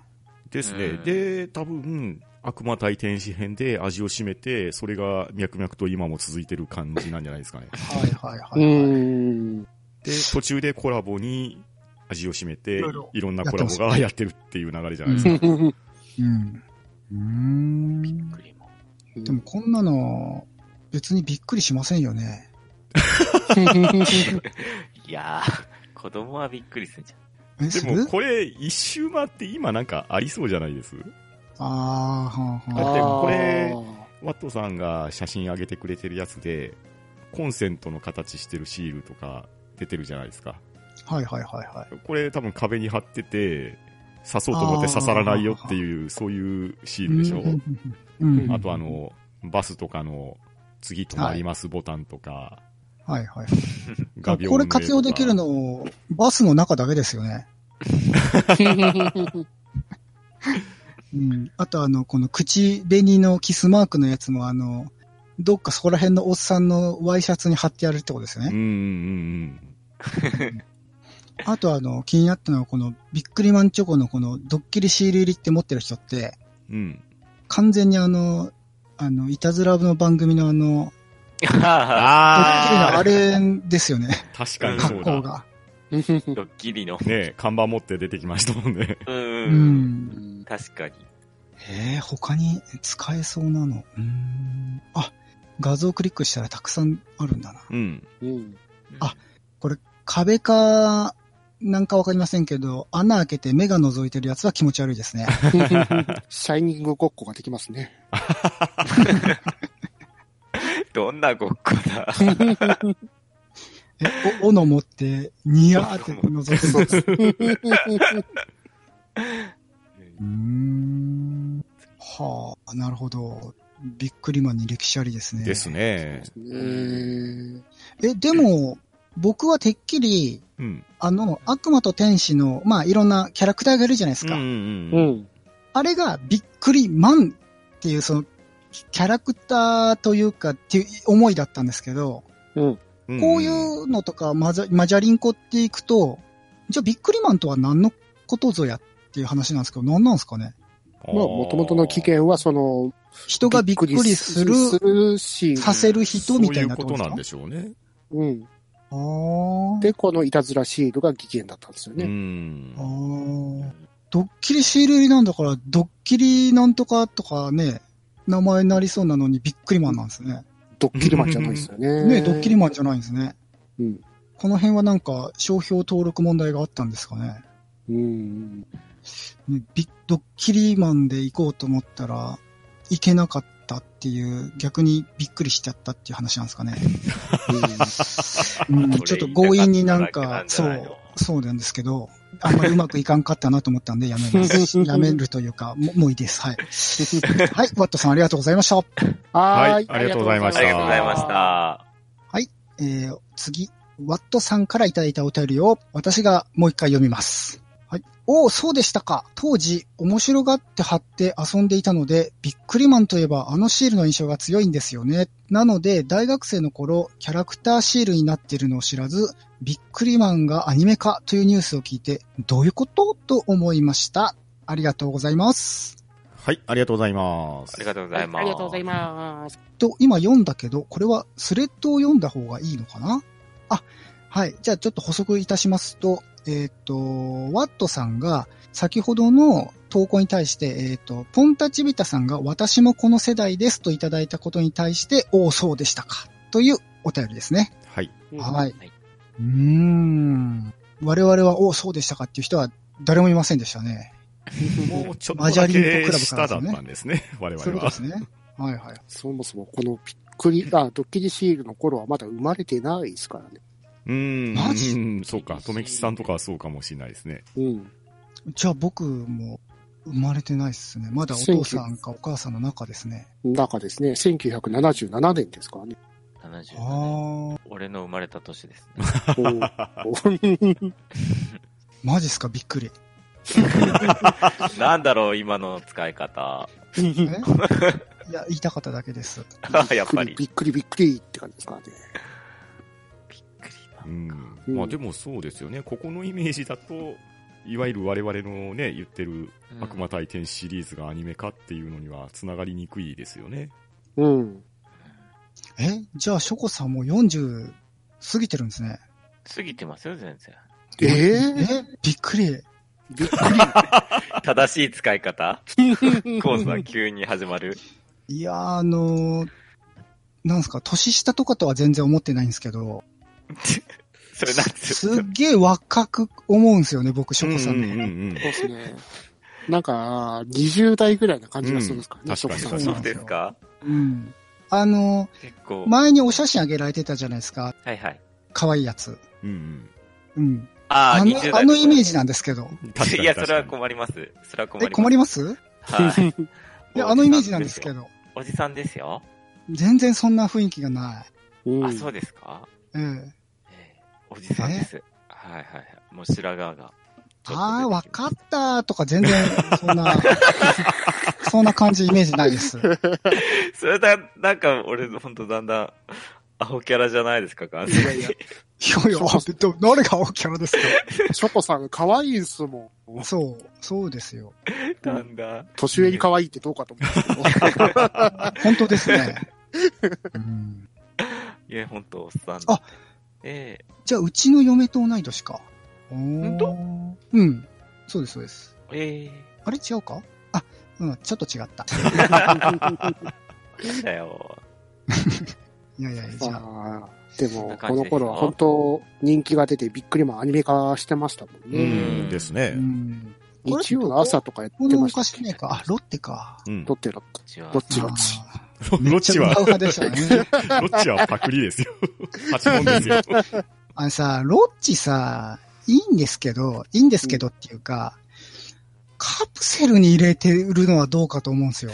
ですね。
うん
で、多分、悪魔対天使編で味を占めて、それが脈々と今も続いてる感じなんじゃないですかね。
はいはいは
う
い、はい。
ん。
で、途中でコラボに味を占めて
いろいろ、
いろんなコラボがやってるっていう流れじゃないです
う
か。
んうん。うーん。
ビックリマン
でもこんなの、別にびっくりしません
(laughs)
よね。
いやー、子供はびっくりするじ
え、す
でも、
る
これ、一周回って今なんかありそうじゃないです
あー、はんはん
だってこれ
あー、
ワットさんが写真上げてくれてるやつで、コンセントの形してるシールとか出てるじゃないですか。
はいはいはいはい。
これ多分壁に貼ってて、刺そうと思って刺さらないよっていう、そういうシールでしょ。
うんうんうん
あとあの、バスとかの、次止まりますボタンとか、
はいはい。
画鋲の絵とか
これ活用できるの、バスの中だけですよね。うん。あとあの、この口紅のキスマークのやつもあの、どっかそこら辺のおっさんのワイシャツに貼ってやるってことですよ
うん
ね。
うんうん
あとあの、気になったのはこのビックリマンチョコのこのドッキリシール入りって持ってる人って、
うん。うん。
完全にあの、あの、いたずらの番組のあの、
(laughs)
ドッキリの
あ
あれですよね。
確かに (laughs) そ
格
う
好
だ。
が。
ドッキリの。
ね看板持って出てきましたもんね。
う。
うんん。
確かに。
えー、他に使えそうなの。うーん。あ、画像クリックしたらたくさんあるんだな。
うん。
うん
壁か、なんかわかりませんけど、穴開けて目が覗いてるやつは気持ち悪い (laughs) ですね。
シャイニングごっこができますね。
どんなごっこだ。
え、お、斧持って、ニヤーって覗いてる。うーん。はあ、なるほど。びっくりマンに歴史ありですね。
ですね。
うん
え、でも、僕はてっきり、
うん。
あの、悪魔と天使の、まあ、いろんなキャラクターがいるじゃないです
うん
か。
うん
う
うん。
ん。
あれが、びっくりマンっていう、その、キャラクターというか、っていう思いだったんですけど、
うん
こうい。うのとか、マジャマジャリンコっていくと、じゃあびっくりマンとは何のことぞやっていう話なんですけど、何なんですかね
ま
まあ、もともとの起。源は、その、
人がびっくりする、
するし、
させる人みたいな
そういうことなんで
し
しょうね。
うん。
ょ
で、このいたずらシールが起源だったんですよ
う
ね。
ん
あー。あードッキリシール入りなんだから、ドッキリなんとかとかね、名前になりそうなのにびっくりマンなんですね。
ドッキリマンじゃないですよね。
ねドッキリマンじゃないんですね。
うん。
この辺はなんか、商標登録問題があったんですかね。
うん。
ねビドッキリマンで行こうと思ったら、行けなかったっていう、逆にびっくりしちゃったっていう話なんですかね。うん
それ
(laughs) ちょっと強引になん
言いたか
か
っ、た
そ、
だけなんじゃないう
そうなんですけど、あんまりうまくいかんかったなと思ったんで、やめ
(laughs)
ます。やめるというか、ももういいです。はい。はい、ワットさんありがとうございました。
は
はい
ありがとうございまし
あ
た
りがとうございました。
えー次、ワットさんからいただいたお便りを私がもう一回読みます。はい。おーそうでしたか。当時、面白がって貼って遊んでいたので、ビックリマンといえばあのシールの印象が強いんですよね。なので、大学生の頃、キャラクターシールになっているのを知らず、ビックリマンがアニメ化というニュースを聞いて、どういうことと思いました。ありがとうございます。
はい、ありがとうございます。
ありがとうございます。
ありがとうございます。
と、今読んだけど、これはスレッドを読んだ方がいいのかなあ、はい。じゃあちょっと補足いたしますと、えっ、と、ワットさんが先ほどの投稿に対して、えっ、と、ポンタチビタさんが私もこの世代ですといただいたことに対して、おお、そうでしたか。というお便りですね。
はい。
はい。
はいう
ーん。我々は、おお、そうでしたかっていう人は誰もいませんでしたね。
もうちょっ
マ
と
ジャ
だ
リンと
け
クラブから
下
です
だ
ね
ったんですね、我
そういう
々
こと
は
で。すね。はいはい。
そもそもこのびっくり、あ、ドッキリシールの頃はまだ生まれてないですからね。
うーん。
マジ
うんそうか、とめきちさんとかはそうかもしれないですね。
うん。
じゃあ僕も生まれてないっすね。まだお父さんかお母さんの中ですね。
中ですね、1977年ですからね。
70
あー、
俺の生まれた年です
(laughs)
ね。
おー
マジっすか、びっくり。
なんだろう、今の使い方。 (laughs)
え (laughs) いや、言いたかっただけです。
やっぱり。
びっくりびっくりって感じですからね。
うん。
うん
まあでもそうですよね、ここのイメージだと、いわゆる我々のね、言ってる悪魔対天使シリーズがアニメ化っていうのには繋がりにくいですよね。
うん。
えじゃあ、ショコさんもう40過ぎてるんですね。
過ぎてますよ、全然。
え
え
ー、
びっくり。
びっく
正しい使い
(laughs)
方
り。
コウさん急に始まる。
いやー、あのー、なんすか、年下とかとは全然思ってないんですけど、
それなんです
すっげー若く思うんですよね、僕、ショコさん
う
ね。
んうん
そうですね。なんか、20代ぐらいな感じがするんですかね、
うん確かに
ショコ
確
さ
そ
ん
うですか
うん。あの
結構
ー、。前にお写真あげられてたじゃないですか、
はいはい。
可愛いやつ。
うんうん。
うん。あ
ああ、
の
20
あ
代。
のイメージなんですけど。
確かに
(laughs) いや、
確
それ
か
は
に
困ります。それは困
え、
りま
困
す。
ります
はい。
いや、あのイメージなんですけ
ど。
ど。
おじさんですよ。
全然そんな雰囲気がない。
うん
あ、そうですか
ええ
ええおじさんです。はいはいはい。もう白髪が。
ああ、わか
っ
ったとか全然、そ
(laughs)
んな、そんな感じイメージないです。
それだ、なんか俺、ほんとだんだん、アホキャラじゃないですか、完全
い
に。
や
いやいや、ど誰が青キャラですか
ショコさん可愛いですもん。
そう、そうですよ。
だんだん。
年上に可愛いってどうかと思うけど。
本当ですね。うん
いや、ほんと、おっさん。
あ
え
じゃあ、うちの嫁と同い年か。本
んと
うん。そうです、そうです。
えええ
あれ違うかあ、うん、ちょっと違った。
なんだよ。
いや
(laughs)
いや、じゃあ、
あーで
そんな
も、この
感じですか
頃は本当人気が出てびっくりもアニメ化してましたもん
う
ね。
んですね
う。ん。
日曜の朝とかや
こ
って
の
ま
お
した
か。しねえか。あ、ロッテか。
うん
どっちだっ
こっちは
どっちどっち。
あ
ロ
ー
ッチは
めっちゃ、ウハウハでしたね。
ロッチはパクリですよ。八本ですよ。
あのさ、ロッチさ、いいんですけど、いいんですけどっていうか、カプセルに入れてるのはどうかと思うん (laughs) ですよ。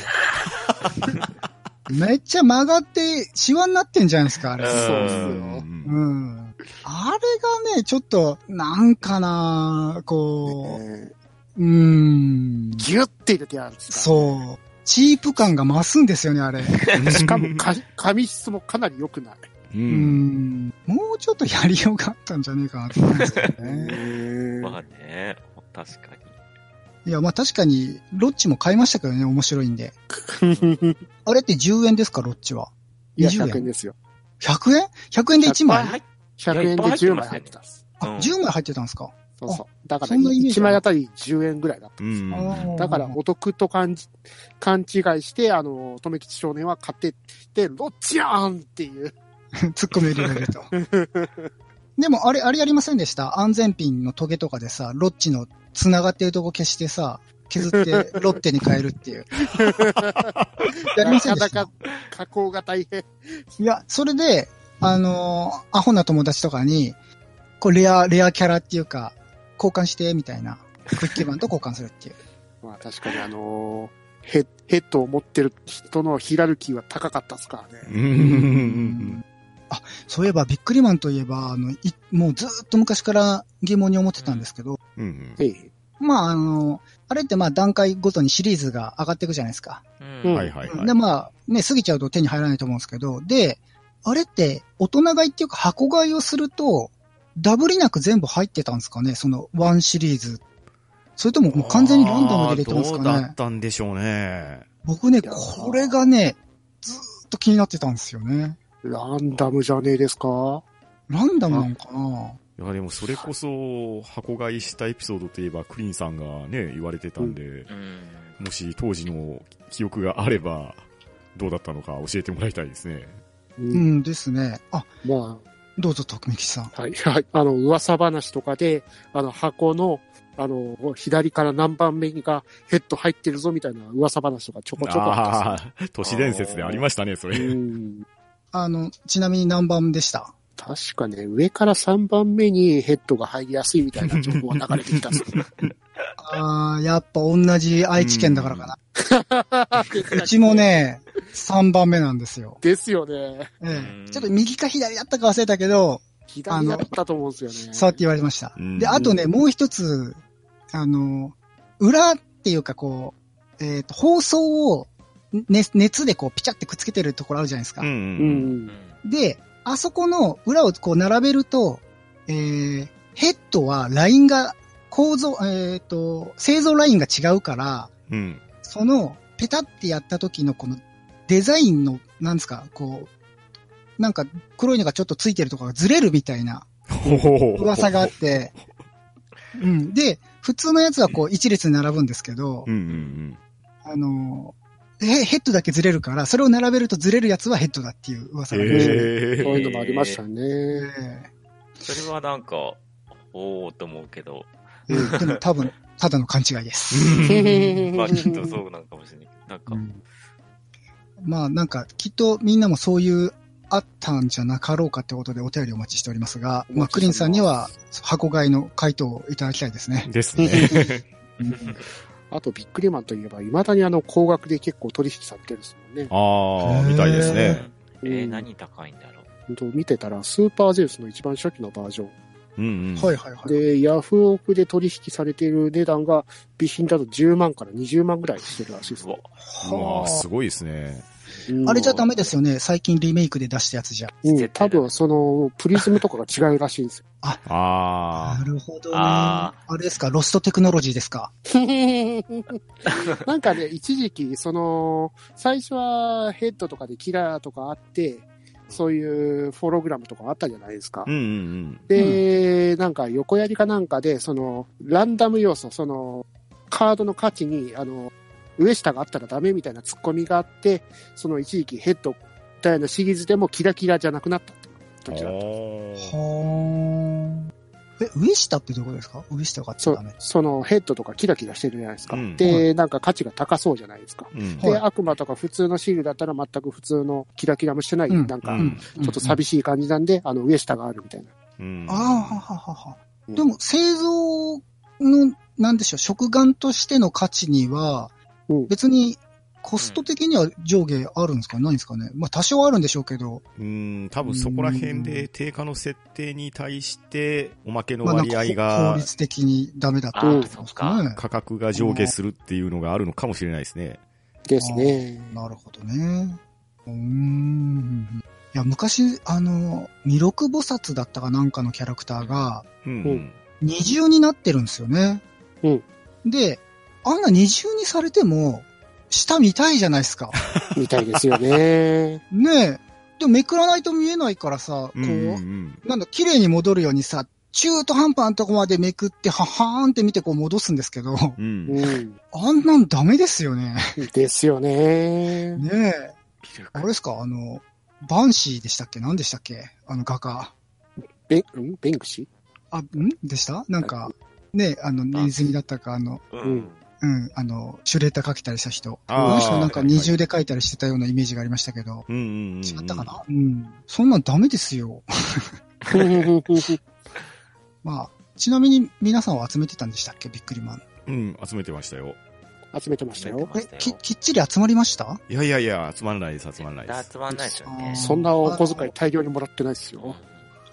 めっちゃ曲がって、シワになってんじゃないですか、あれ。
そうっすよ
ん
うん。あれがね、ちょっと、なんかな、こ
えー
う、うーん。
ギュッて入れてやるんですか
そう。チープ感が増すんですよね、あれ。う
しかもか、紙質もかなり良くない。
う
ー
ん。
ん。もうちょっとやりようがあったんじゃねえかなと思うんですよね。
まあね、確かに。
いや、まあ確かに、ロッチも買いましたけどね、面白いんで。あれって10円ですか、ロッチは。
いや、
20
100円ですよ。
100円 ?100 円で1枚
入っ
100円で10枚入ってたんです。
あ、
うん
?10 枚入ってたんですか、
そうそう。だから、
そんなイメージ
1枚あたり10円ぐらいだった
うん
ですよ。
ん。
だ
(laughs)
から、お得と感じ、勘違いして、あの、留吉少年は買ってって、ロッチやんっていう。
突っ込み入れられると。 (laughs) でも、あれ、あれやりませんでした安全ピンのトゲとかでさ、ロッチの繋がってるとこ消してさ、削
(laughs)
ってロッテに変えるっていう。 (laughs)
な
やりません
か
でし
な
た
か加工が大変。
いや、それで、あのーアホな友達とかに、こう、レア、レアキャラっていうか、交換して、みたいな。クッキー版と交換するっていう。
まあ、確かに、あのヘ、ヘッドを持ってる人のヒラルキーは高かったですからね。
うん。
あ、そういえば、ビックリマンといえば、あの、いもうずーっと昔から疑問に思ってたんですけど、
うん。
ええ。
まあ、あの、あれってまあ段階ごとにシリーズが上がっていくじゃないですか。
うん。
はいはい
で、
は
まあ、ね、過ぎちゃうと手に入らないと思うんですけど、で、あれって大人買いっていうか箱買いをすると、ダブりなく全部入ってたんですかねその1シリーズ。それとも
い。
もう完全にランダムで入れてます
あー
か
どうだ
ね
ったんでしょうね。
僕ね、
いや
これがね、ずーっと気になってたんですよね。
ランダムじゃねえですか
ランダムなんかない
や、でもそれこそ、箱買いしたエピソードといえば、クリンさんがね、言われてたんで、
うん。
もし当時の記憶があれば、どうだったのか教えてもらいたいですね。
う。
うんんですね。あ、
まあ、
どうぞ、徳光さん。
はい、 (laughs) はい。あの、噂話とかで、あの、箱の、あの、左から何番目がヘッド入ってるぞみたいな噂話とかちょこちょこあっ
ああ、都市伝説でありましたね、そ
たんです
れ。
ようん。
あの、ちなみに何番でした
確かね、上から3番目にヘッドが入りやすいみたいな情報が流れてきたんです
(laughs)
よ
ああ、やっぱ同じ愛知県だからかな。
です
うちも。ね、3番目なんですよ。
ですよね。
え
うん
え、ちょっと右か左だったか忘れたけど、
左だったと思うんですよね。
そうやって言われました。
うん
で、あとね、もう一つ、あの、裏っていうかこう、えっ、と、放送を、ね、熱でこう、ピチャってくっつけてるところあるじゃないですか。
う。
うん。
うんん
で、あそこの裏をこう並べると、えー、ヘッドはラインが、構造、えっ、と、製造ラインが違うから、
うん。
その、ペタってやった時のこのデザインの、なんですか、こう、なんか黒いのがちょっとついてるとかがずれるみたいな
ほほほ
噂があって、うん。で、普通のやつはこう一列に並ぶんですけど
う、んうん
あの、へヘッドだけずれるから、それを並べるとずれるやつはヘッドだっていう
う
噂
ん。
がありましたね。
へ
そう
え。
いうのもありましたね。
え
それはなんか、おーと思うけど、
えうんでも多分、ただの勘違いです。
(laughs) まあきっとそうなんかもしれないけど、なんか、
まあなんか、きっとみんなもそういうあったんじゃなかろうかってことでお便りお待ちしておりますが、
お待ちしており
ま
ま
あ、
す
クリンさんには箱買いの回答をいただきたいですね。
ですね。
(laughs) あと、ビックリマンといえば、いまだにあの、高額で結構取引されてるんですもんね。
ああ、みたいですね。
う
えー、
ん
何高いんだろう。
ほんと見てたら、スーパーゼウスの一番初期のバージョン。
うんうん。
はいはいはい。
で、ヤフオクで取引されている値段が、備品だと10万から20万ぐらいしてるらしいです
うわ
ね。
うわ
は
あすごいですね。
うん
あれじゃダメですよね。最近リメイクで出したやつじゃ。
うん、多分、その、プリズムとかが違うらしいんですよ。
あ
なるほどね。あ
あ
れですか、ロストテクノロジーですか。
(laughs) なんかね、一時期、その、最初はヘッドとかでキラーとかあって、そういうフォログラムとかあったじゃないですか
あ。。うんうん
で、なんか横やりかなんかで、その、ランダム要素、その、カードの価値に、あの、上下があったらダメみたいな突っ込みがあって、その一時期ヘッドみたいなシリーズでもキラキラじゃなくなったって
うん。
時だった。
あ
はーえ、上下ってどういうことですか上下があっち
そ
ゃ
う
ダメ。
そのヘッドとかキラキラしてるじゃないですか。
うん
で、なんか価値が高そうじゃないですか。
あ。うん。
はい
で、悪魔とか普通のシールだったら全く普通のキラキラもしてない、
うん
なん
う
か、
ん
ちょっと寂しい感じなんで、あの、上下があるみたいな。
うん。
ああ、はははは。
うん
でも、製造の、なんでしょう、食玩としての価値には
うん、
別に、コスト的には上下あるんですか、ないんですかねまあ、多少はあるんでしょうけど、
うん、多分そこら辺で定価の設定に対して、おまけの
まあ、なん
割
か
合
法
が、
律的にダメだと。
あーそっか
ね
価格が上下するっていうのがあるのかもしれないですね。
ですね。
なるほどね。うーん。いや、昔、あの、弥勒菩薩だったかなんかのキャラクターが、
うん、
う
二重になってるんですよね。
うん
で、あんな二重にされても、下見たいじゃないですか。
みたいですよね。
ねえ。でもめくらないと見えないからさ、こう、
うんうん
なんだ、綺麗に戻るようにさ、中途半端なとこまでめくって、ははーんって見てこう戻すんですけど、
うんうん。
うん。
あんなんダメですよね。
ですよね。
ねえ。
ビル
あれですか、あの、バンシーでしたっけ何でしたっけあの画家。
ベン、んベンク (laughs) シ
あ、んでしたなんか、ねえ、あの、ネズミだったか、あの、
う
うん
ん。
うん、あの、シュレーター描けたりした人。
あー
あの人なんか
はいはい
二重で描いたりしてたようなイメージがありましたけど、
うんうんうん。
違ったかなうん。そんなんダメですよ。
ー
まあ、ちなみに皆さんは集めてたんでしたっけびっくりマン。
うん、集めてましたよ。
集めてました
集め
よ
て。ま
え
し、た
き
よ、
きっちり集まりました
いやいやいや、集まらないです、集まらないです。
集まんないですよね。
そんなお小遣い大量にもらってないですよ。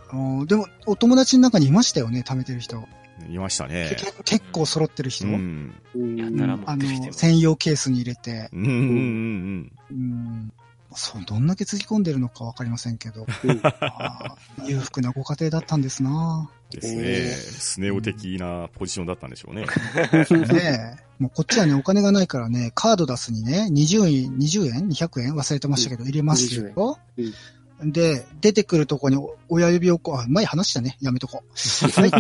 あーでも、お友達の中にいましたよね、貯めてる人。
いましたね
け。結構揃ってる人。
うん。
うん
や
うん
たら持
あ
ってる人
の、専用ケースに入れて、
うんうんうん
うん、そう、どんだけつぎ込んでるのかわかりませんけど、
うん
あー裕福なご家庭だったんですな
うん。です
え
ね。
ー
スネ夫的なポジションだったんでしょうね。
ねえ。もうこっちはね、お金がないからね、カード出すにね、20円、20円 ?200 円忘れてましたけど、入れますよ。で、出てくるとこにお親指をこう、あ、前話したね。やめとこう。はい。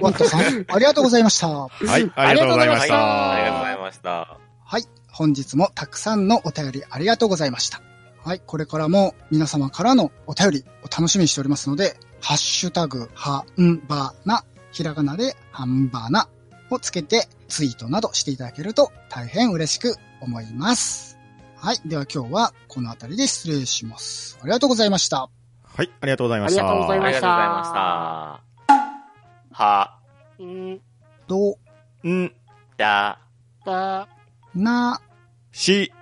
ワットさん、ありがとうございました。
はい、ありがとうございまし
ありがとうござ
た。
いました。
はい。本日もたくさんのお便りありがとうございました。はい。これからも皆様からのお便りを楽しみにしておりますので、ハッシュタグ、はんばな、ひらがなで、はんばなをつけてツイートなどしていただけると大変嬉しく思います。はい。では今日はこの辺りで失礼します。ありがとうございました。
はい、ありがとうございまし
ありがとうござ
あ
い
り
た
が
ま。
とうございました。は、
うん。
どう
うん、
だ、
ば
な、
し、